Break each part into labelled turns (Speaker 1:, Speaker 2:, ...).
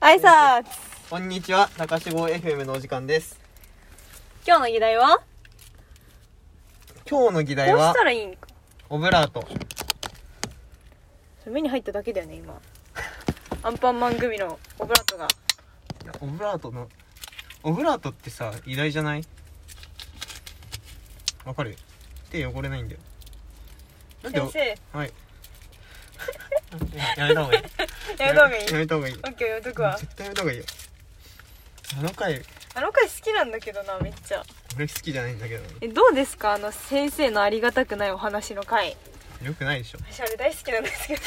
Speaker 1: はいさー
Speaker 2: こんにちは、高志号 FM のお時間です。
Speaker 1: 今日の議題は
Speaker 2: 今日の議
Speaker 1: こう
Speaker 2: 題
Speaker 1: し
Speaker 2: は
Speaker 1: た、らいいんか
Speaker 2: オブラート。
Speaker 1: それ目に入っただけだよね今アンパンマン組のオブラートが
Speaker 2: いやオブラートの、オブラートってさ、偉大じゃないわかる手汚れないんだよ。なんで
Speaker 1: 先生
Speaker 2: はい。やめた方がいい。
Speaker 1: やめた方がいい
Speaker 2: やめた方がいい。
Speaker 1: オッケーやめとくわ
Speaker 2: 絶対やめた方がいいよ。あの回、
Speaker 1: あの回好きなんだけどなめっちゃ
Speaker 2: 俺好きじゃないんだけど、
Speaker 1: えどうですかあの先生のありがたくないお話の回
Speaker 2: よくないでしょ。
Speaker 1: 私あれ大好きなんですけど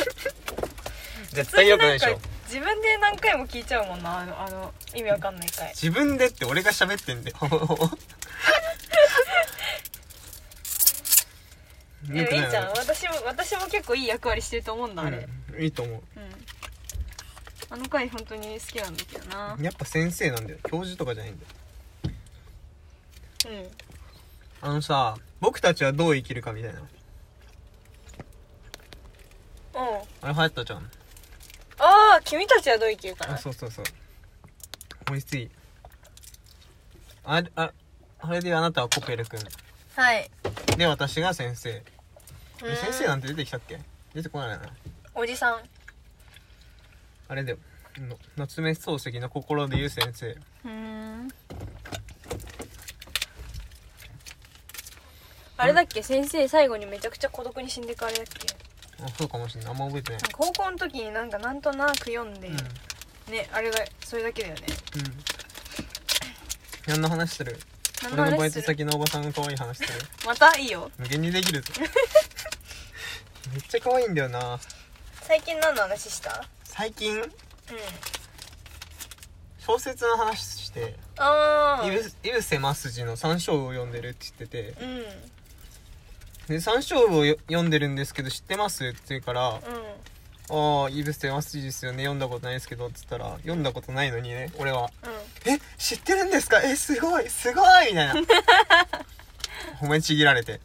Speaker 2: 絶
Speaker 1: 普通にんか自分で何回も聞いちゃうもんなあのあの意味わかんない回
Speaker 2: 自分でって俺が喋ってん だよ
Speaker 1: でもいいじゃん
Speaker 2: よ
Speaker 1: 私も私も結構いい役割してると思うん
Speaker 2: く
Speaker 1: だ
Speaker 2: ない
Speaker 1: あれ
Speaker 2: うんいいと思
Speaker 1: うん、あの回本当に好きなんだけどな
Speaker 2: うやっぱ先生なんだよ教授とかじゃないんだよ
Speaker 1: うん
Speaker 2: あのさ僕たちはどう生きるかみたいな
Speaker 1: うん
Speaker 2: あれ流行ったじゃん
Speaker 1: ああ君たちはどう生きるか
Speaker 2: あ
Speaker 1: な
Speaker 2: そうそうそうおいしいあれああれであなたはコペル君
Speaker 1: はい
Speaker 2: で私が先生
Speaker 1: う
Speaker 2: え
Speaker 1: ん
Speaker 2: 先生なんて出てきたっけ出てこないな
Speaker 1: おじさん
Speaker 2: あれだよの夏目漱石の心で言う先生
Speaker 1: うんあれだっけ先生最後にめちゃくちゃ孤独に死んでくあれだっけ
Speaker 2: あそうかもしれないあんま覚えてない
Speaker 1: なんか高校の時になんかなんとなく読んで、
Speaker 2: うん
Speaker 1: ねあれがそれだけだよね
Speaker 2: うん。何の話してる
Speaker 1: 何の
Speaker 2: 俺のバイ
Speaker 1: 話
Speaker 2: ト
Speaker 1: する
Speaker 2: 先のおばさんが可愛い話してる。
Speaker 1: またいいよ
Speaker 2: 無限にできるぞ。めっちゃ可愛いんだよな。
Speaker 1: 最近何の話した
Speaker 2: 最近、
Speaker 1: うん
Speaker 2: 小説の話して、
Speaker 1: ああ
Speaker 2: イブイブセマスジの三章を読んでるって言ってて、
Speaker 1: うんうん
Speaker 2: で、三章をよ読んでるんですけど知ってますって言うから、ああ、イブセマスジですよね、読んだことないですけど、って言ったら、読んだことないのにね、俺は、
Speaker 1: う
Speaker 2: え、知ってるんですかえ、すごい、すごいみたいな。褒めちぎられて。
Speaker 1: ん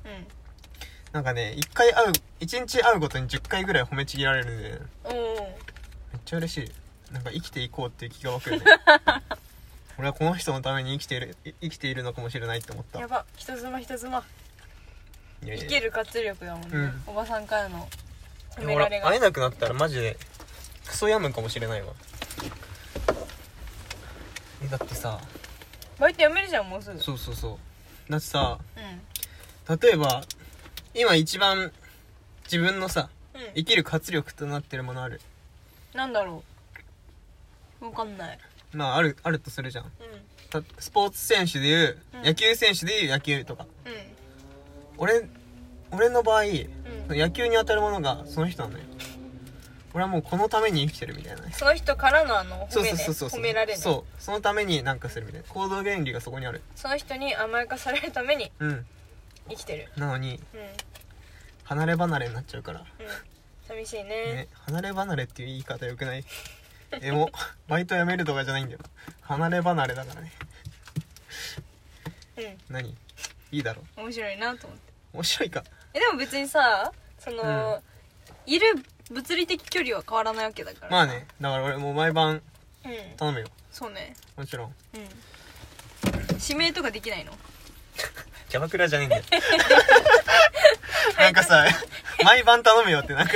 Speaker 2: なんかね、一回会う、一日会うごとに10回ぐらい褒めちぎられるんで、めっ
Speaker 1: うんお
Speaker 2: ちゃ嬉しい。なんか生きていこうっていう気が湧くよ ね。俺はこの人のために生きている、い生きているのかもしれないって思った。
Speaker 1: おやば人妻人妻
Speaker 2: いやい
Speaker 1: 生
Speaker 2: や
Speaker 1: きる活力だもんね、
Speaker 2: うん
Speaker 1: おばさんからの褒められ
Speaker 2: 俺、
Speaker 1: が
Speaker 2: 会えなくなったらマジで、クソやむんかもしれないわ。え、だってさ、
Speaker 1: バイト辞めるじゃんもうすぐ
Speaker 2: そうそうそう。だってさ、
Speaker 1: う
Speaker 2: 例えば、今一番自分のさ、
Speaker 1: んう
Speaker 2: 生きる活力となってるものある。
Speaker 1: んなんだろうわかんない
Speaker 2: まあ、ある、あるとするじゃん。
Speaker 1: う
Speaker 2: たスポーツ選手でいう、
Speaker 1: うん
Speaker 2: 野球選手でいう野球とか
Speaker 1: んうん
Speaker 2: 俺俺の場合
Speaker 1: うん
Speaker 2: 野球に当たるものがその人なのよ俺はもうこのために生きてるみたいな
Speaker 1: その人からのあの
Speaker 2: そ
Speaker 1: 褒
Speaker 2: うそ
Speaker 1: め,、
Speaker 2: う
Speaker 1: ね、
Speaker 2: そうそう
Speaker 1: 褒められるそ
Speaker 2: そうそのためになんかするみたいな行動原理がそこにある
Speaker 1: の人に甘やかされるために
Speaker 2: うん
Speaker 1: 生きてる
Speaker 2: なのに
Speaker 1: うんうん
Speaker 2: 離れ離れになっちゃうから、
Speaker 1: 寂しいね
Speaker 2: ね、離れ離れっていう言い方よくないでも バイト辞めるとかじゃないんだよ離れ離れだからね何いいだろ
Speaker 1: うん面白いなと思って
Speaker 2: 面白いか
Speaker 1: えでも別にさその、いる物理的距離は変わらないわけだから
Speaker 2: まあねだから俺もう毎晩
Speaker 1: うん
Speaker 2: 頼むよ
Speaker 1: そうね
Speaker 2: もちろん
Speaker 1: うん指名とかで きないの
Speaker 2: キャバクラじゃねえんだよ。なんかさ、毎晩頼むよってなんか。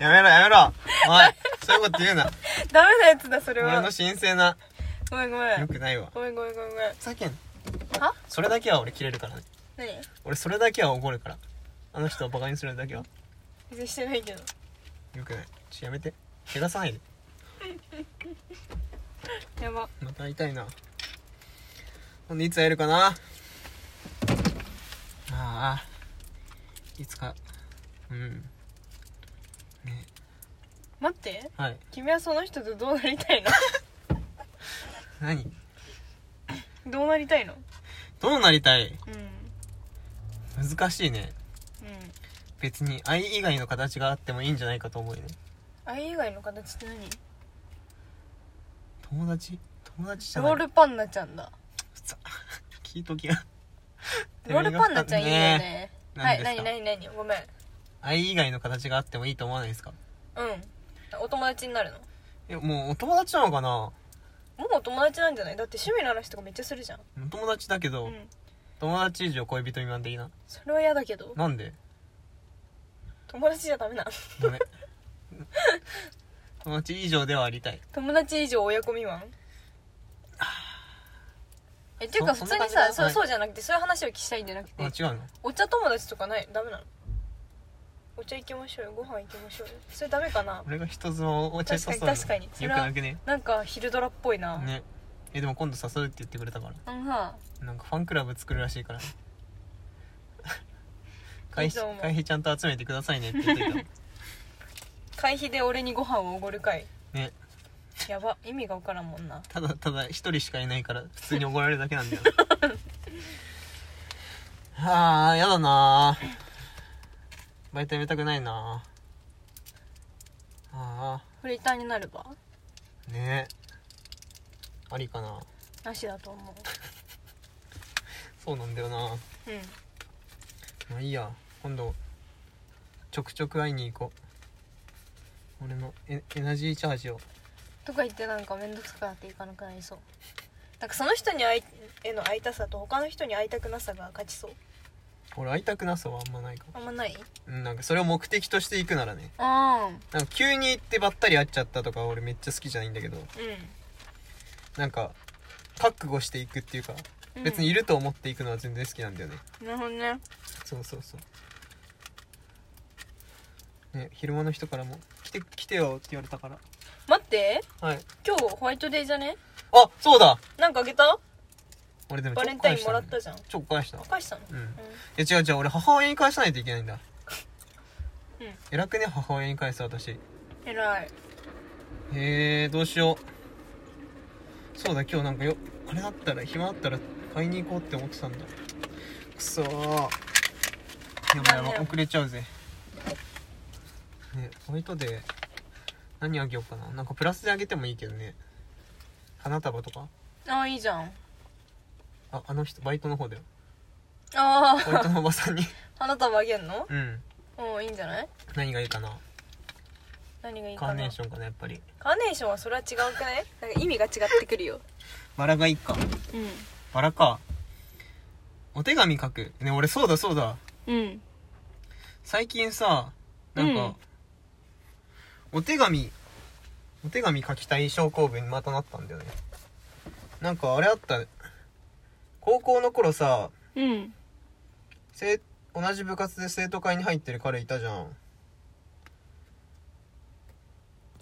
Speaker 2: やめろやめろ。おい、そういうこと言うな。
Speaker 1: ダメなやつだそれ
Speaker 2: 俺
Speaker 1: は
Speaker 2: の神聖な。
Speaker 1: ごめんごめ
Speaker 2: よ
Speaker 1: ん
Speaker 2: くないわ。
Speaker 1: ごめんごめんごめんごめん
Speaker 2: ふざけんな。
Speaker 1: は
Speaker 2: それだけは俺切れるからね。
Speaker 1: 何
Speaker 2: 俺それだけは怒るから。あの人をバカにするだけは。
Speaker 1: 別にしてないけど
Speaker 2: よくない。ちょ、やめて。怪我さないで。
Speaker 1: やば
Speaker 2: また会いたいな。ほんで、いつ会えるかなああ。いつか。うん。ね。
Speaker 1: 待って
Speaker 2: はい。
Speaker 1: 君はその人とどうなり たい
Speaker 2: 何
Speaker 1: のどうなりたいの
Speaker 2: どうなりたい
Speaker 1: うんうん
Speaker 2: 難しいね別に愛以外の形があってもいいんじゃないかと思うよね
Speaker 1: 愛以外の形って何
Speaker 2: 友達友達じゃな
Speaker 1: ロ
Speaker 2: い
Speaker 1: ールパンナちゃんだ
Speaker 2: ふざ聞いときや
Speaker 1: ロールパンナちゃんいいよねはい
Speaker 2: 何です
Speaker 1: 何
Speaker 2: か
Speaker 1: 何何ごめん
Speaker 2: 愛以外の形があってもいいと思わないですか
Speaker 1: うんお友達になるの
Speaker 2: えもうお友達なのかな
Speaker 1: もうお友達なんじゃないだって趣味の話とかめっちゃするじゃん
Speaker 2: お友達だけど、
Speaker 1: うん
Speaker 2: 友達以上恋人未満的な
Speaker 1: それは嫌だけど
Speaker 2: なんで
Speaker 1: 友達じゃダメなの
Speaker 2: ダメ 友達以上ではありたい
Speaker 1: 友達以上親子未満えっていうか
Speaker 2: そ
Speaker 1: 普通に
Speaker 2: そんな感
Speaker 1: さ
Speaker 2: じだ
Speaker 1: そう
Speaker 2: はい
Speaker 1: そうじゃなくてそういう話を聞きたいんじゃなく
Speaker 2: あ
Speaker 1: て
Speaker 2: 違うの
Speaker 1: お茶友達とかないダメなのお茶行きましょうよご飯行きましょうよそれダメかな
Speaker 2: 俺が人妻をお茶誘うの
Speaker 1: 確かに確かにそ
Speaker 2: よ
Speaker 1: れ
Speaker 2: く
Speaker 1: は
Speaker 2: なくね
Speaker 1: なんか昼ドラっぽいな、
Speaker 2: ねえでも今度誘うって言ってくれたから
Speaker 1: うんは
Speaker 2: なんかファンクラブ作るらしいから会
Speaker 1: いいと思
Speaker 2: 費
Speaker 1: う
Speaker 2: 会費ちゃんと集めてくださいねって言ってた
Speaker 1: 会費で俺にご飯をおごる会
Speaker 2: ね
Speaker 1: やば意味がわからんもんな
Speaker 2: ただただ一人しかいないから普通に怒られるだけなんだよなはあやだなバイト辞めたくないなあ
Speaker 1: フリーターになれば
Speaker 2: あねありかな
Speaker 1: なしだと思
Speaker 2: そうなんだよな
Speaker 1: ううん
Speaker 2: まあいいや今度ちょくちょく会いに行こう俺のエエナジーチャージを
Speaker 1: とか言ってなんか面倒くさくなっていかなくなりそうなんかその人に会いへの会いたさと他の人に会いたくなさが勝ちそう
Speaker 2: 俺会いたくなさはあんまないか
Speaker 1: あんまない
Speaker 2: もうんなんかそれを目的として行くならね
Speaker 1: うん
Speaker 2: なんか急に行ってばったり会っちゃったとか俺めっちゃ好きじゃないんだけどなんか覚悟していくっていうか
Speaker 1: うん
Speaker 2: 別にいると思っていくのは全然好きなんだよね、
Speaker 1: なるほどね
Speaker 2: そうそうそうね昼間の人からも「来て来てよ」って言われたから
Speaker 1: 待って
Speaker 2: はい
Speaker 1: 今日ホワイトデーじゃね
Speaker 2: あそうだ
Speaker 1: なんかあげた
Speaker 2: 俺でも
Speaker 1: バ
Speaker 2: ち
Speaker 1: レ
Speaker 2: ょっ
Speaker 1: ン
Speaker 2: か
Speaker 1: タ
Speaker 2: 返
Speaker 1: イン
Speaker 2: し
Speaker 1: も
Speaker 2: た
Speaker 1: ら
Speaker 2: の
Speaker 1: ったじゃん
Speaker 2: ちょっか返した
Speaker 1: 返したの
Speaker 2: うん
Speaker 1: うん
Speaker 2: いや違う違う俺母親に返さないといけないんだ
Speaker 1: うん
Speaker 2: 偉くね母親に返す私へ
Speaker 1: 偉い
Speaker 2: えどうしようそうだ今日なんかよあれだったら暇だったら買いに行こうって思ってたんだくそーやばいやば
Speaker 1: 残
Speaker 2: い
Speaker 1: 念
Speaker 2: 遅れちゃうぜねホワイトデー何あげようかななんかプラスであげてもいいけどね花束とか
Speaker 1: ああいいじゃん
Speaker 2: ああの人バイトの方だよ
Speaker 1: あ
Speaker 2: バイト
Speaker 1: あ
Speaker 2: のおばさんに
Speaker 1: 花束あげんの
Speaker 2: うん
Speaker 1: うんいいんじゃない
Speaker 2: 何がいいかな
Speaker 1: 何がいいか
Speaker 2: カ
Speaker 1: な
Speaker 2: ーネーションかなやっぱり
Speaker 1: カーネーションはそれは違うくないなんか意味が違ってくるよ
Speaker 2: バラがいいか
Speaker 1: うん
Speaker 2: バラかお手紙書くね俺そうだそうだ
Speaker 1: うん
Speaker 2: 最近さなんか、お手紙お手紙書きたい症候群にまたなったんだよねなんかあれあった高校の頃さ
Speaker 1: うん
Speaker 2: 生同じ部活で生徒会に入ってる彼いたじゃん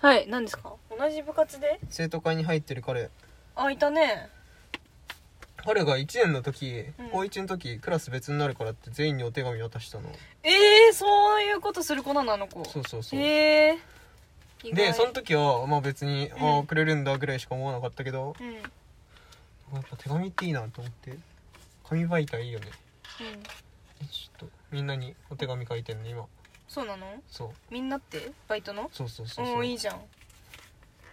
Speaker 1: はい何ですか同じ部活で
Speaker 2: 生徒会に入ってる彼
Speaker 1: あいたね
Speaker 2: 彼が1年の時、
Speaker 1: うん
Speaker 2: 高1の時クラス別になるからって全員にお手紙渡したの
Speaker 1: えー、そういうことする子なのあの子
Speaker 2: そうそうそう
Speaker 1: えー、意外
Speaker 2: でその時はまあ別に、
Speaker 1: うん
Speaker 2: ああくれるんだぐらいしか思わなかったけど
Speaker 1: うん、うん、
Speaker 2: やっぱ手紙っていいなと思って紙媒体いいよねちょっとみんなにお手紙書いてんの今
Speaker 1: そうなの
Speaker 2: そう
Speaker 1: みんなってバイトの
Speaker 2: そうそうそう
Speaker 1: う
Speaker 2: そうん
Speaker 1: いいじゃん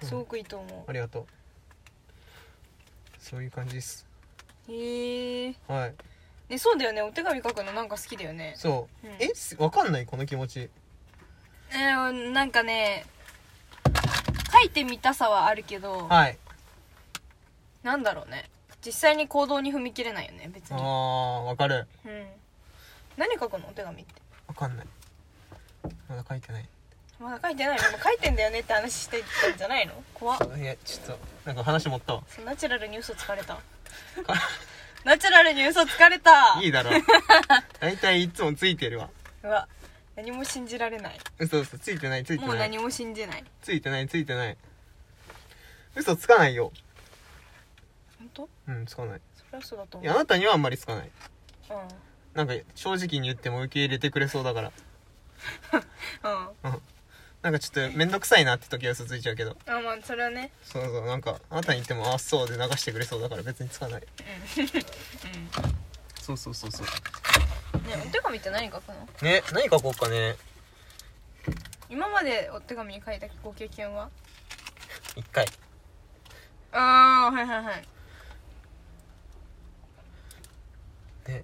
Speaker 2: うん
Speaker 1: すごくいいと思
Speaker 2: ありがとうそういう感じです
Speaker 1: うへえー
Speaker 2: はい
Speaker 1: ね、そうだよねお手紙書くのなんか好きだよね
Speaker 2: そう、
Speaker 1: うん
Speaker 2: えすわかんないこの気持ち
Speaker 1: えー、なんかね書いてみたさはあるけど、
Speaker 2: はい
Speaker 1: なんだろうね実際に行動に踏み切れないよね別
Speaker 2: あ
Speaker 1: に
Speaker 2: ーわかる
Speaker 1: うん何書くのお手紙って
Speaker 2: わかんないまだ書いてない
Speaker 1: まだ書いてないのでも書いてんだよねって話してたんじゃないの怖っ
Speaker 2: いやちょっとなんか話持ったわ
Speaker 1: そうナチュラルに嘘つか れたナチュラルに嘘つかれた
Speaker 2: いいだ ろ大体いつもついてるわ
Speaker 1: うわ何も信じられない
Speaker 2: 嘘嘘ついてないついて
Speaker 1: もう
Speaker 2: ない
Speaker 1: 何も信じない
Speaker 2: ついてないついてない嘘つかないよ
Speaker 1: 本当
Speaker 2: うんつかない
Speaker 1: それは嘘だと
Speaker 2: い
Speaker 1: 思
Speaker 2: や
Speaker 1: う
Speaker 2: あなたにはあんまりつかない
Speaker 1: うん
Speaker 2: なんか正直に言っても受け入れてくれそうだから
Speaker 1: うんあ
Speaker 2: なんかちょっと面倒くさいなって時は嘘ついちゃうけど
Speaker 1: まあそれはね
Speaker 2: そうそうなんかあなたに言ってもあそうで流してくれそうだから別につかないそうそうそうそう
Speaker 1: うんねお手紙って何書くの
Speaker 2: ね何書こうかね
Speaker 1: 今までお手紙に書いたご経験は
Speaker 2: 一回
Speaker 1: ああはいはいはい
Speaker 2: ね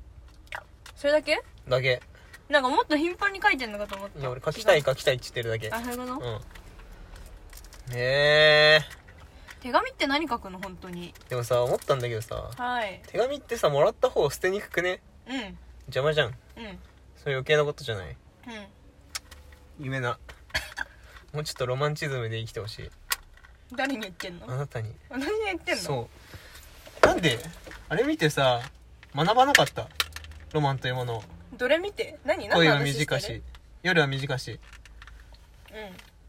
Speaker 1: それだけ
Speaker 2: だけ
Speaker 1: なんかもっと頻繁に書いてんのかと思っ
Speaker 2: い
Speaker 1: た
Speaker 2: や俺書きたい書きたいって言ってるだけ
Speaker 1: あそういうこと
Speaker 2: うんねえ
Speaker 1: 手紙って何書くの本当に
Speaker 2: でもさ思ったんだけどさ
Speaker 1: はい
Speaker 2: 手紙ってさもらった方捨てにくくね
Speaker 1: うんうん
Speaker 2: 邪魔じゃんそれ余計なことじゃない
Speaker 1: うん
Speaker 2: 夢なもうちょっとロマンチズムで生きてほしい
Speaker 1: 誰に言ってんの
Speaker 2: あなたに
Speaker 1: 私に言ってんの
Speaker 2: そうなんであれ見てさ学ばなかったロマンというものを
Speaker 1: どれ見て何何
Speaker 2: 恋
Speaker 1: の
Speaker 2: は
Speaker 1: 話してる
Speaker 2: 短し夜は短し
Speaker 1: うん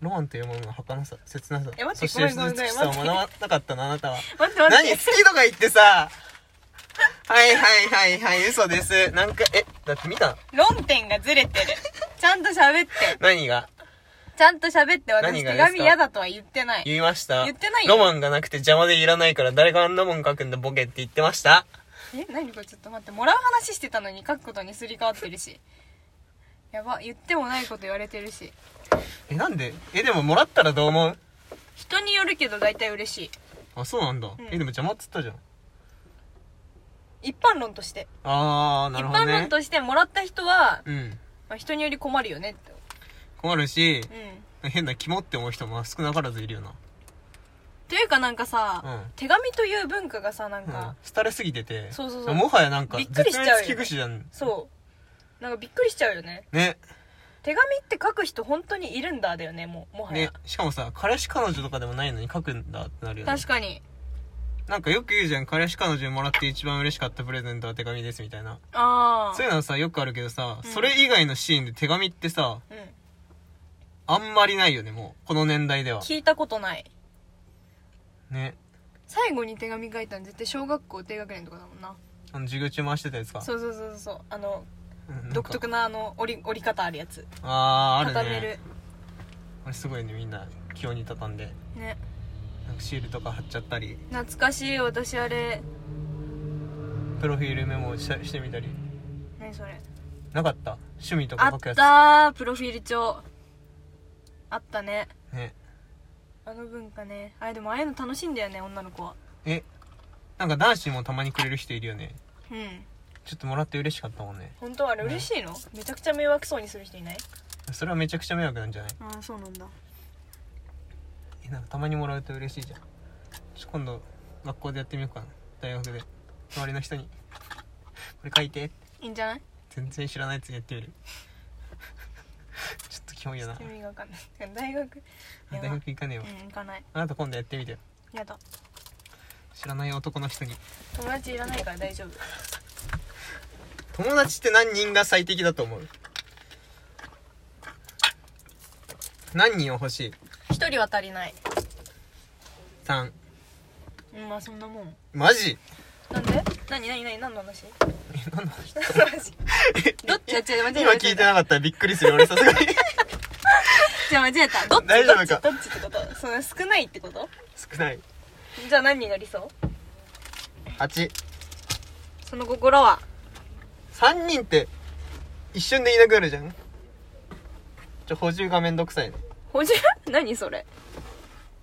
Speaker 2: ロマンというものの儚さ切なさ
Speaker 1: え待って
Speaker 2: そして
Speaker 1: ごめんごめん
Speaker 2: 美しさを
Speaker 1: ご
Speaker 2: 学
Speaker 1: め
Speaker 2: ば
Speaker 1: ん
Speaker 2: なかったのあなたは
Speaker 1: 待って待
Speaker 2: 何
Speaker 1: っ
Speaker 2: 好
Speaker 1: て
Speaker 2: きとか言ってさはいはいはいはい嘘ですなんかえだって見た
Speaker 1: 論点がずれてるちゃんと喋って
Speaker 2: 何が
Speaker 1: ちゃんと喋って私
Speaker 2: 何が
Speaker 1: 手
Speaker 2: ですか
Speaker 1: 紙嫌だとは言ってない
Speaker 2: 言いました
Speaker 1: 言ってないよ
Speaker 2: ロマンがなくて邪魔でいらないから誰があんなもん書くんだボケって言ってました
Speaker 1: え何これちょっと待ってもらう話してたのに書くことにすり替わってるしやば言ってもないこと言われてるし
Speaker 2: えなんでえでももらったらどう思う
Speaker 1: 人によるけど大体嬉しい
Speaker 2: あそうなんだ、
Speaker 1: ん
Speaker 2: えでも邪魔っつったじゃん
Speaker 1: 一般論として、
Speaker 2: あーな
Speaker 1: 一
Speaker 2: るほど
Speaker 1: 般
Speaker 2: ね
Speaker 1: 論としてもらった人は、
Speaker 2: うん
Speaker 1: まあ、人により困るよねって
Speaker 2: 困るし
Speaker 1: うん
Speaker 2: 変な肝って思う人も少なからずいるよな
Speaker 1: というかなんかさ、
Speaker 2: うん
Speaker 1: 手紙という文化がさなん
Speaker 2: うん
Speaker 1: か、
Speaker 2: 廃れすぎてて
Speaker 1: そうそうそう
Speaker 2: もはやなんか
Speaker 1: びっくり
Speaker 2: 絶
Speaker 1: しちゃうよ
Speaker 2: 滅危惧種じゃん
Speaker 1: そうなんかびっくりしちゃうよね
Speaker 2: ね
Speaker 1: 手紙って書く人本当にいるんだだよねもうもは
Speaker 2: ね
Speaker 1: や、
Speaker 2: しかもさ彼氏彼女とかでもないのに書くんだってなるよね
Speaker 1: 確かに
Speaker 2: なんかよく言うじゃん彼氏彼女にもらって一番嬉しかったプレゼントは手紙ですみたいな
Speaker 1: ああ
Speaker 2: そういうのはさよくあるけどさ、
Speaker 1: うん
Speaker 2: それ以外のシーンで手紙ってさ
Speaker 1: うん、
Speaker 2: あんまりないよねもうこの年代では
Speaker 1: 聞いたことない
Speaker 2: ね
Speaker 1: 最後に手紙書いたの絶対小学校低学年とかだもんな
Speaker 2: あの授業中回してたやつか
Speaker 1: そうそうそうそうあの
Speaker 2: うんなんか
Speaker 1: 独特なあの折り折り方あるやつ
Speaker 2: あーあ
Speaker 1: 畳
Speaker 2: る
Speaker 1: め
Speaker 2: ね
Speaker 1: る
Speaker 2: あれすごいねみんな気に畳んで
Speaker 1: ね
Speaker 2: なんかシールとか貼っちゃったり
Speaker 1: 懐かしい私あれ
Speaker 2: プロフィールメモしたしてみたり
Speaker 1: 何それ
Speaker 2: なかった趣味と
Speaker 1: あ
Speaker 2: か書
Speaker 1: っ
Speaker 2: くやつ
Speaker 1: たープロフィール帳あったね
Speaker 2: ね
Speaker 1: あの文化ねあれでもああいうの楽しいんだよね女の子は
Speaker 2: えなんか男子もたまにくれる人いるよね
Speaker 1: うん
Speaker 2: ちょっともらって嬉しかったもんね
Speaker 1: 本当あれ嬉しいの、めちゃくちゃ迷惑そうにする人いない
Speaker 2: それはめちゃくちゃ迷惑なんじゃない
Speaker 1: ああそうなんだ
Speaker 2: えなんかたまにもらうと嬉しいじゃんちょ今度学校でやってみようかな大学で周りの人に「これ書いて
Speaker 1: いいんじゃない」
Speaker 2: 全然知らないやつやってみる ちょっとキモいよな
Speaker 1: 意味が分かんない大学
Speaker 2: 大
Speaker 1: やばうん
Speaker 2: 学行かねえわ
Speaker 1: 行かない
Speaker 2: あなた今度やってみてよ
Speaker 1: やだ
Speaker 2: 知らない男の人に
Speaker 1: 友達いらないから大丈夫
Speaker 2: 友達って何人が最適だと思う何人を欲しい
Speaker 1: 一人は足りない
Speaker 2: ?3
Speaker 1: うんまあそんなもん
Speaker 2: マジ
Speaker 1: なんで何何何何の話
Speaker 2: え何の話
Speaker 1: 何の話 どっちやっちゃ間違えた
Speaker 2: 今聞いてなかったらびっくりする俺さすが に
Speaker 1: じゃあ間違えたどっち
Speaker 2: 大丈
Speaker 1: ど
Speaker 2: 夫
Speaker 1: っち
Speaker 2: か
Speaker 1: どっちってことその少ないってこと
Speaker 2: 少ない
Speaker 1: じゃあ何人が理想
Speaker 2: 83
Speaker 1: その心は
Speaker 2: 人って一瞬でいなくなるじゃんちょ補充がめんどくさいの
Speaker 1: 補充 何それ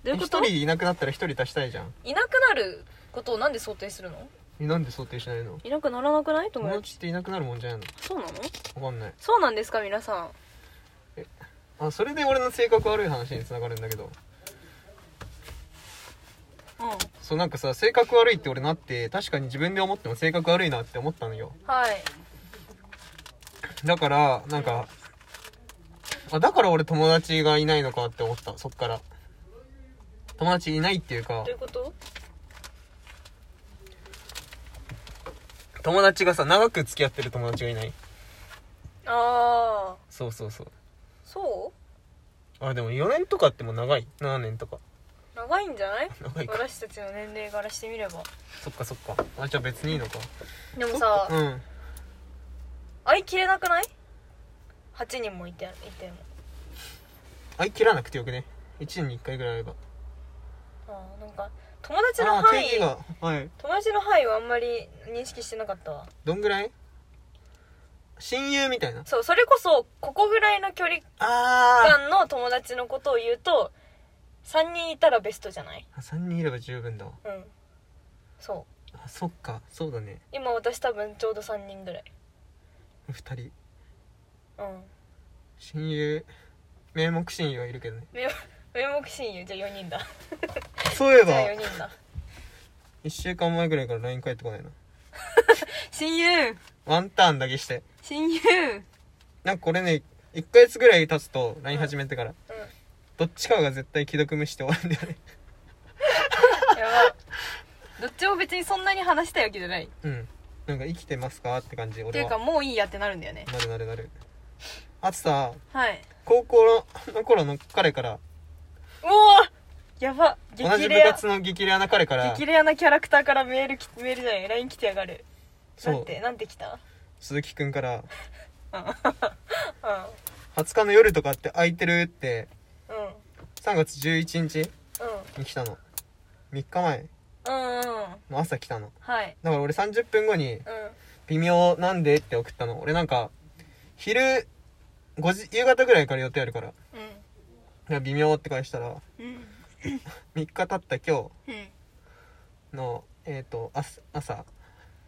Speaker 1: どういう
Speaker 2: 一
Speaker 1: こと
Speaker 2: 人いなくなったら一人足したいじゃん
Speaker 1: いなくなることをなんで想定するの
Speaker 2: えなんで想定しないの
Speaker 1: いなくならなくない友
Speaker 2: 友
Speaker 1: 達
Speaker 2: 達っていなくなるもんじゃない
Speaker 1: そうなの
Speaker 2: のわかんない
Speaker 1: そうなんですか皆さん
Speaker 2: あそれで俺の性格悪い話につながるんだけど
Speaker 1: うん
Speaker 2: そうなんかさ性格悪いって俺なって確かに自分で思っても性格悪いなって思ったのよ
Speaker 1: はい
Speaker 2: だからなんかあだから俺友達がいないのかって思ったそっから友達いないっていうか
Speaker 1: どういうこと
Speaker 2: 友達がさ長く付き合ってる友達がいない
Speaker 1: ああ
Speaker 2: そうそうそう
Speaker 1: そ
Speaker 2: あでも4年とかってもう長い7年とか
Speaker 1: う長いんじゃない
Speaker 2: 長いか
Speaker 1: 私たちの年齢からしてみれば
Speaker 2: そっかそっかあじゃあ別にいいのか
Speaker 1: でもさ
Speaker 2: うん
Speaker 1: 会いきれなくない8人もいていても
Speaker 2: あい切らなくてよくね1年に1回ぐらいあれば
Speaker 1: あーなんか友達の
Speaker 2: あ
Speaker 1: 範
Speaker 2: 定
Speaker 1: 囲
Speaker 2: 義がはい
Speaker 1: 友達の範囲はあんまり認識してなかったわ
Speaker 2: どんぐらい親友みたいな
Speaker 1: そうそれこそここぐらいの距離
Speaker 2: あー
Speaker 1: 感の友達のことを言うと3人いたらベストじゃない
Speaker 2: あ3人いれば十分だわ
Speaker 1: うんそう
Speaker 2: あそっかそうだね
Speaker 1: 今私多分ちょうど3人ぐらい
Speaker 2: 2人
Speaker 1: うん
Speaker 2: 親友名目親友はいるけどね
Speaker 1: 迷惑上目親友じゃあ4人だ
Speaker 2: そういえ
Speaker 1: じゃあ
Speaker 2: ば
Speaker 1: 4人だ
Speaker 2: 1週間前ぐらいから LINE 返ってこないな
Speaker 1: 親友
Speaker 2: ワンターンだけして
Speaker 1: 親友
Speaker 2: なんかこれね1ヶ月ぐらい経つと LINE 始めてから、
Speaker 1: うん
Speaker 2: どっちかが絶対既読無視して終わるんだよね
Speaker 1: やばどっちも別にそんなに話したいわけじゃないっ
Speaker 2: うんなんか生きてますかって感じ
Speaker 1: てい
Speaker 2: 俺
Speaker 1: うか
Speaker 2: は
Speaker 1: もういいやってなるんだよね
Speaker 2: なるなるなるあとさ
Speaker 1: はい
Speaker 2: 高校の頃の彼から
Speaker 1: うおーやば
Speaker 2: 同じ
Speaker 1: 激
Speaker 2: 部
Speaker 1: レア
Speaker 2: 活の激レアな彼から
Speaker 1: 激レアなキャラクターからメールきメールじゃない LINE 来てやがる
Speaker 2: そ
Speaker 1: なん
Speaker 2: う
Speaker 1: てなんて来た
Speaker 2: 鈴木くんから「
Speaker 1: う
Speaker 2: 20日の夜とかって空いてる?」って
Speaker 1: んうん
Speaker 2: 3月11日
Speaker 1: うん
Speaker 2: に来たの3日前
Speaker 1: うんうん
Speaker 2: の朝来たの
Speaker 1: はい
Speaker 2: だから俺30分後に
Speaker 1: うん
Speaker 2: 「微妙なんで?」って送ったの俺なんか昼5時夕方ぐらいから予定あるから「いや微妙」って返したら
Speaker 1: うんうん
Speaker 2: 3日経った今
Speaker 1: うん
Speaker 2: 日のえっ、と朝朝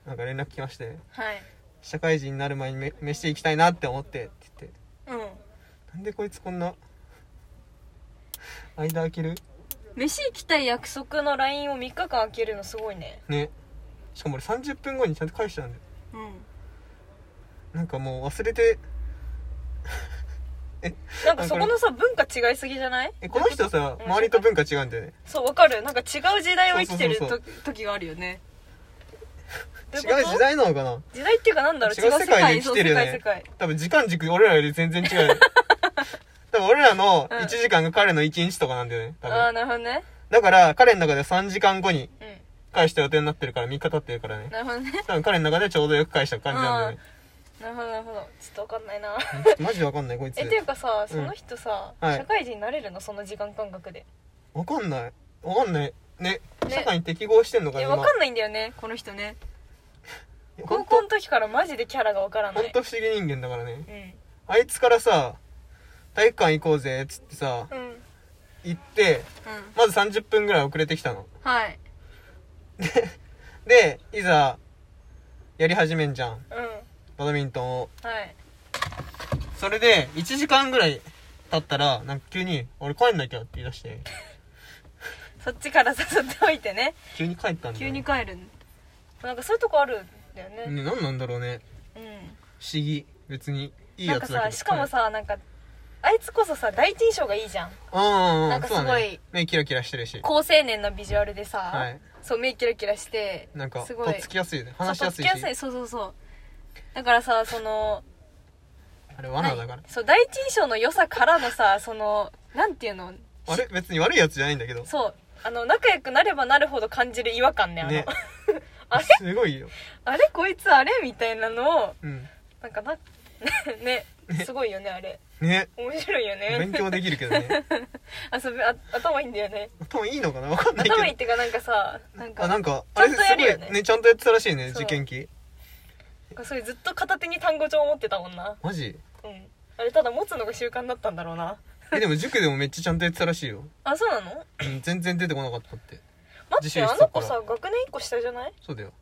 Speaker 2: なんか連絡来まして
Speaker 1: はい
Speaker 2: 「社会人になる前にめ飯行きたいなって思って」って言って
Speaker 1: うん
Speaker 2: なんでこいつこんな間空ける
Speaker 1: 飯行きたい約束の LINE を3日間開けるのすごいね
Speaker 2: ねしかも俺30分後にちゃんと返してたんだよ
Speaker 1: うん
Speaker 2: なんかもう忘れて
Speaker 1: なんかそこのさ文化違いすぎじゃない
Speaker 2: えこの人さ
Speaker 1: うん
Speaker 2: 周りと文化違うんだよね
Speaker 1: そうわかるなんか違う時代を生きてる
Speaker 2: そうそう
Speaker 1: と時があるよね
Speaker 2: 違う
Speaker 1: どいこと
Speaker 2: 時代なのかな
Speaker 1: 時代っていうかなんだろう
Speaker 2: 違う世界で生きてるよ
Speaker 1: そう
Speaker 2: ね
Speaker 1: 世界世界
Speaker 2: 多分時間軸俺らより全然違 う多分俺らの
Speaker 1: うん
Speaker 2: 1時間が彼の1日とかなんだよね多
Speaker 1: ああー
Speaker 2: 分
Speaker 1: なるほどね
Speaker 2: だから彼の中では3時間後に
Speaker 1: う
Speaker 2: 返した予定になってるから3日経ってるからね
Speaker 1: んなるほどね
Speaker 2: 多分彼の中ではちょうどよく返した感じなんだよね
Speaker 1: なるほどなるほどちょっとわかんな いな
Speaker 2: うんちょっとマジわかんないこいつ
Speaker 1: えっていうかさその人さ、
Speaker 2: はい
Speaker 1: 社会人になれるのその時間感覚で
Speaker 2: わかんないわかんないね
Speaker 1: ね
Speaker 2: 社会に適合してんのか
Speaker 1: いや
Speaker 2: な
Speaker 1: わかんないんだよねこの人ね
Speaker 2: 今
Speaker 1: 高
Speaker 2: 本
Speaker 1: 校の時からマジでキャラがわから
Speaker 2: 当
Speaker 1: な
Speaker 2: 本
Speaker 1: い
Speaker 2: 当不思議人間だからね
Speaker 1: うん
Speaker 2: あいつからさ体育館行こうぜっつってさ
Speaker 1: うんうん
Speaker 2: 行ってまず30分ぐらい遅れてきたの
Speaker 1: はい
Speaker 2: でいざやり始めんじゃん
Speaker 1: うん
Speaker 2: バドミントンを
Speaker 1: はい
Speaker 2: それで1時間ぐらい経ったらなんか急に「俺帰んなきゃ」って言い出して
Speaker 1: そっちから誘っておいてね
Speaker 2: 急に帰ったんだ
Speaker 1: 急
Speaker 2: よ
Speaker 1: に
Speaker 2: ね
Speaker 1: 帰るなんかそういうとこあるんだよね
Speaker 2: ね何なんだろうね
Speaker 1: うん、
Speaker 2: 不思議別にいい
Speaker 1: なん
Speaker 2: や
Speaker 1: か
Speaker 2: つだけ
Speaker 1: さ
Speaker 2: ど
Speaker 1: しかもさなんかあいつこそさ第一印象がいいじゃん
Speaker 2: うんうん
Speaker 1: な
Speaker 2: うんん
Speaker 1: か
Speaker 2: そうだ
Speaker 1: すごい
Speaker 2: ね目キラキラしてるし
Speaker 1: 高青年のビジュアルでさ、
Speaker 2: はい
Speaker 1: そう目キラキラして
Speaker 2: なんか
Speaker 1: す
Speaker 2: と
Speaker 1: ごい
Speaker 2: っつきやすいよね話しやすい
Speaker 1: そうとっつきや
Speaker 2: し
Speaker 1: そうそうそうだからさその
Speaker 2: あれ罠だか
Speaker 1: な
Speaker 2: ら
Speaker 1: いそう第一印象の良さからのさそのなんていうの
Speaker 2: あれ別に悪いやつじゃないんだけど
Speaker 1: そうあの仲良くなればなるほど感じる違和感ねあの
Speaker 2: ね
Speaker 1: あれ
Speaker 2: すごいよ
Speaker 1: あれこいつあれみたいなのを
Speaker 2: うん
Speaker 1: なん かなねすごいよねあれ
Speaker 2: ね
Speaker 1: 面白いよ
Speaker 2: 勉
Speaker 1: ね
Speaker 2: 強できるけどね
Speaker 1: 遊びあ頭いいんだよね
Speaker 2: 頭いいのかなわかんないけど
Speaker 1: 頭いいっていうかなんかさなんか
Speaker 2: あなんか
Speaker 1: ちゃんとやる
Speaker 2: あれ
Speaker 1: よ
Speaker 2: す
Speaker 1: ね
Speaker 2: ごいねちゃんとやってたらしいね
Speaker 1: そう
Speaker 2: 受験期
Speaker 1: なんかそれずっと片手に単語帳持ってたもんな
Speaker 2: マジ
Speaker 1: うんあれただ持つのが習慣だったんだろうな
Speaker 2: えでも塾でもめっちゃちゃんとやってたらしいよ
Speaker 1: あそうなの
Speaker 2: うん全然出てこなかったって
Speaker 1: 待
Speaker 2: 自
Speaker 1: って
Speaker 2: 習室だ
Speaker 1: あの
Speaker 2: か
Speaker 1: 子
Speaker 2: ら
Speaker 1: さ学年1個下じゃない
Speaker 2: そうだよ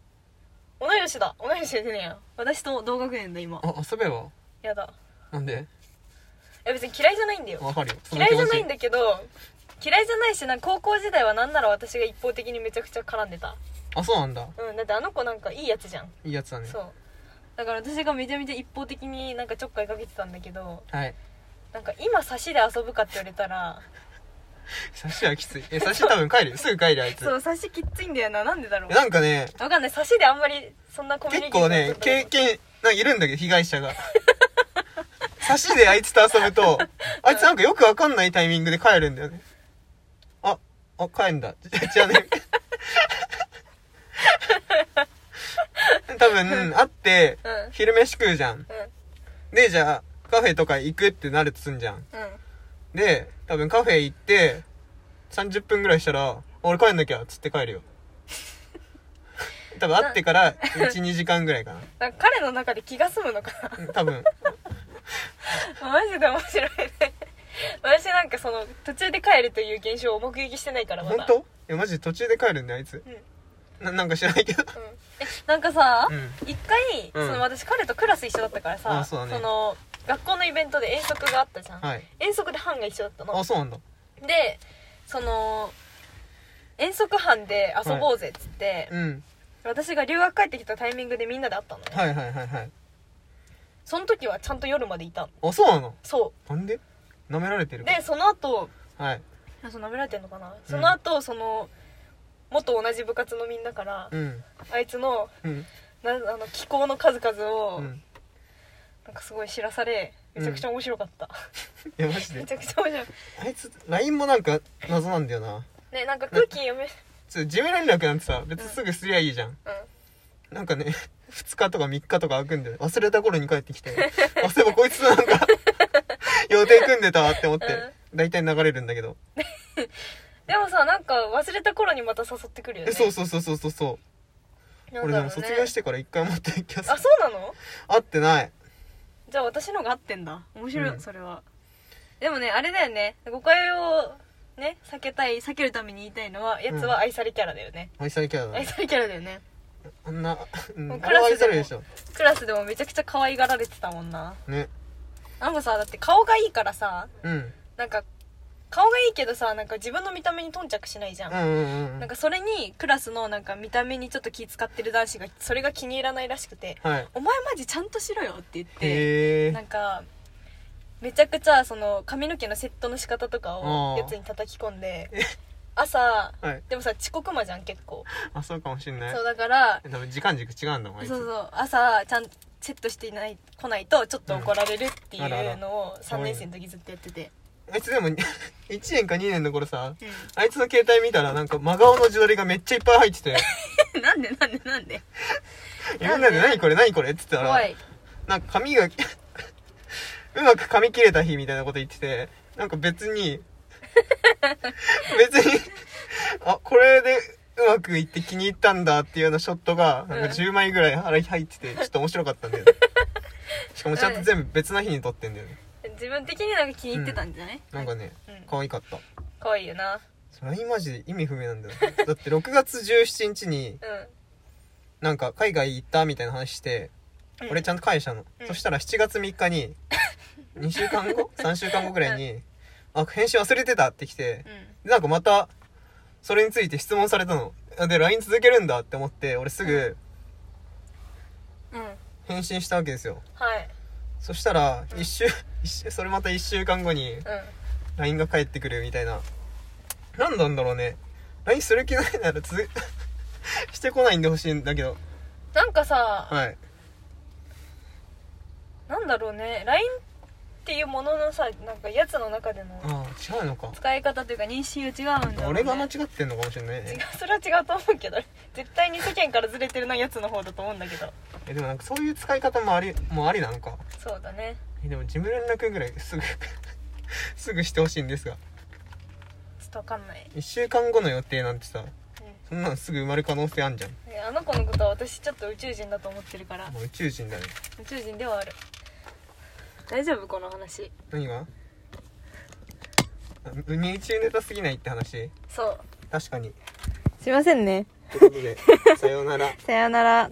Speaker 1: 同い年だ同い年じゃねえや私と同学年だ今
Speaker 2: あ遊べば
Speaker 1: やだ
Speaker 2: なんで
Speaker 1: いや別に嫌いじゃないんだよ
Speaker 2: わかるよその
Speaker 1: 嫌
Speaker 2: 気
Speaker 1: いじ
Speaker 2: 持
Speaker 1: ゃ
Speaker 2: ち
Speaker 1: ないんだけど嫌いじゃないしなんか高校時代はなんなら私が一方的にめちゃくちゃ絡んでた
Speaker 2: あそうなんだ
Speaker 1: うんだってあの子なんかいいやつじゃん
Speaker 2: いいやつだね
Speaker 1: そうだから私がめちゃめちゃ一方的になんかちょっかいかけてたんだけど
Speaker 2: はい
Speaker 1: なんか今差しで遊ぶかって言われたら
Speaker 2: サシはきついえサシ多分帰るよすぐ帰るあいつ
Speaker 1: そう差しきっついんだよななんでだろう
Speaker 2: えなんかね
Speaker 1: わかんない差しであんまりそんなコミュニ
Speaker 2: 結
Speaker 1: ケーショ
Speaker 2: 構
Speaker 1: ン
Speaker 2: ね
Speaker 1: 取
Speaker 2: 経
Speaker 1: ったこ
Speaker 2: 験なんかいるんだけど被害者が サシであいつと遊ぶ とあいつなんかよくわかんないタイミングで帰るんだよねああ帰んだじゃあね多分会って
Speaker 1: とない
Speaker 2: 昼飯食うじゃん
Speaker 1: う
Speaker 2: でじゃあカフェとか行くってなるとすんじゃん
Speaker 1: んうんうん
Speaker 2: で多分カフェ行って30分ぐらいしたら「俺帰んなきゃ」っつって帰るよ多分会ってから12時間ぐらいかな
Speaker 1: なんか彼の中で気が済むのかな
Speaker 2: うん多分
Speaker 1: マジで面白いね私なんかその途中で帰るという現象を目撃してないからま
Speaker 2: 本
Speaker 1: だ
Speaker 2: 当いやマジで途中で帰るんであいつ、ななんか知らないけど
Speaker 1: うん、えなんかさ
Speaker 2: うん
Speaker 1: 一、回、
Speaker 2: うん
Speaker 1: その私彼とクラス一緒だったからさ
Speaker 2: あそうだね
Speaker 1: の学校のイベントで遠足があったじゃん、
Speaker 2: はい
Speaker 1: 遠足で班が一緒だったの
Speaker 2: あそうなんだ
Speaker 1: でその遠足班で遊ぼうぜっつって、
Speaker 2: うん
Speaker 1: 私が留学帰ってきたタイミングでみんなで会ったのね、
Speaker 2: はいはいはいはい
Speaker 1: その時はちゃんと夜までいたの
Speaker 2: あそうなの
Speaker 1: そ
Speaker 2: なんで舐められて
Speaker 1: う
Speaker 2: る
Speaker 1: でその後
Speaker 2: はい
Speaker 1: あそう舐められてんのかな、その後その元同じ部活のみんなから、
Speaker 2: うん
Speaker 1: あいつの
Speaker 2: うん
Speaker 1: なあの気候の数々を、
Speaker 2: うん
Speaker 1: なんかすごい知らされめちゃくちゃ面白かった、
Speaker 2: いやマジ
Speaker 1: め
Speaker 2: で
Speaker 1: ちゃくちゃ面白い
Speaker 2: あいつ LINE もなんか謎なんだよな
Speaker 1: ねなんか空気読め
Speaker 2: ちょ事務連絡なんてさ別にすぐすりゃいいじゃん、
Speaker 1: う
Speaker 2: なんかね2 日とか3日とか空くんで忘れた頃に帰ってきて あそういえばこいつなんか 予定組んでたわって思って、大体流れるんだけど
Speaker 1: んでもさなんか忘れた頃にまた誘ってくるよ
Speaker 2: え
Speaker 1: ね
Speaker 2: そうそうそうそうそうそう
Speaker 1: なん
Speaker 2: 俺
Speaker 1: だ
Speaker 2: で
Speaker 1: ろう
Speaker 2: も
Speaker 1: ね
Speaker 2: 卒業してから一回も会ってない気がする
Speaker 1: あそうなの
Speaker 2: 会ってない
Speaker 1: じゃあ私のが合ってんだ面白い、
Speaker 2: うん
Speaker 1: それはでもねあれだよね誤解をね避けたい避けるために言いたいのはやつは愛されキャラだよね、
Speaker 2: 愛されキャラだ
Speaker 1: 愛
Speaker 2: ね
Speaker 1: されキャラだよね
Speaker 2: あんな、うん、
Speaker 1: もう
Speaker 2: あ
Speaker 1: ク
Speaker 2: れ
Speaker 1: ラ
Speaker 2: は
Speaker 1: ス
Speaker 2: 愛
Speaker 1: で
Speaker 2: さ
Speaker 1: も
Speaker 2: れるでしょ
Speaker 1: クラスでもめちゃくちゃ可愛がられてたもんな
Speaker 2: ね
Speaker 1: なんかさだって顔がいいからさ
Speaker 2: うん
Speaker 1: なんか顔がいいけどさなんか自分の見た目に頓着しないじゃん、
Speaker 2: うんうんうん
Speaker 1: なんかそれにクラスのなんか見た目にちょっと気使ってる男子がそれが気に入らないらしくて
Speaker 2: はい
Speaker 1: 「お前マジちゃんとしろよ」って言って
Speaker 2: へ
Speaker 1: な
Speaker 2: え
Speaker 1: んかめちゃくちゃその髪の毛のセットの仕方とか
Speaker 2: あ
Speaker 1: を
Speaker 2: ー
Speaker 1: やつに叩き込んで朝
Speaker 2: はい
Speaker 1: でもさ遅刻魔じゃん結構
Speaker 2: あそうかもしんない
Speaker 1: そうだから
Speaker 2: 多分時間軸違うんだもんあ
Speaker 1: そう
Speaker 2: いつ
Speaker 1: そう朝ちゃんセットしていない来ないとちょっと怒られるってい
Speaker 2: うんあらあ
Speaker 1: う
Speaker 2: ら
Speaker 1: のを3年生の時ずっとやってて、
Speaker 2: あいつで も1年か2年の頃さ
Speaker 1: うん
Speaker 2: あいつの携帯見たらなんか真顔の自撮りがめっちゃいっぱい入ってて
Speaker 1: なんでなんでなんで
Speaker 2: みんなで「何これ何これ」っつってた
Speaker 1: 怖
Speaker 2: ら
Speaker 1: い
Speaker 2: なんか髪が うまく髪切れた日みたいなこと言っててなんか別に別にあこれでうまくいって気に入ったんだっていうようなショットがなんか10枚ぐらい腹に入っててちょっと面白かったんだよねしかもちゃんと全部別な日に撮ってんだよね
Speaker 1: 自分的になんか気に入ってたんじゃない、
Speaker 2: なんかね
Speaker 1: うん
Speaker 2: 可愛かった
Speaker 1: 可愛いよな
Speaker 2: それマジで意味不明なんだよだって6月17日に
Speaker 1: う
Speaker 2: なんか海外行ったみたいな話して
Speaker 1: ん
Speaker 2: 俺ちゃんと返したの、
Speaker 1: うん
Speaker 2: そしたら7月3日に 2週間後3週間後ぐらいに「あ返信忘れてた」ってきて
Speaker 1: う、ん
Speaker 2: でなんかまたそれについて質問されたのあで LINE 続けるんだって思って俺すぐ
Speaker 1: うんは
Speaker 2: 返信したわけですよ
Speaker 1: い
Speaker 2: そしたら
Speaker 1: うん
Speaker 2: 一週一週それまた1週間後に
Speaker 1: うん
Speaker 2: LINE が返ってくるみたいな何なんだろうね LINE する気ないなら続 してこないんでほしいんだけど
Speaker 1: なんかさ、
Speaker 2: はい
Speaker 1: なんだろうね LINE っていうもののさなんかやつの中での
Speaker 2: ああ違うのか
Speaker 1: 使い方というか認識が違うんだろう、ね、
Speaker 2: 俺が間違ってんのかもしれない
Speaker 1: 違
Speaker 2: ね
Speaker 1: うそれは違うと思うけど絶対に世間からずれてるなやつの方だと思うんだけど
Speaker 2: えでもなんかそういう使い方もありもうありなのか
Speaker 1: そうだね
Speaker 2: えでも事務連絡ぐらい すぐすぐしてほしいんですが
Speaker 1: ちょっとわかんない、
Speaker 2: 1週間後の予定なんてさそんなのすぐ埋まる可能性あんじゃん
Speaker 1: うんね、あの子のことは私ちょっと宇宙人だと思ってるから
Speaker 2: もう宇宙人だね
Speaker 1: 宇宙人ではある大丈夫この話
Speaker 2: 何があ身内ネタすぎないって話
Speaker 1: そう
Speaker 2: 確かに
Speaker 1: すいませんね
Speaker 2: ということでさようなら
Speaker 1: さようなら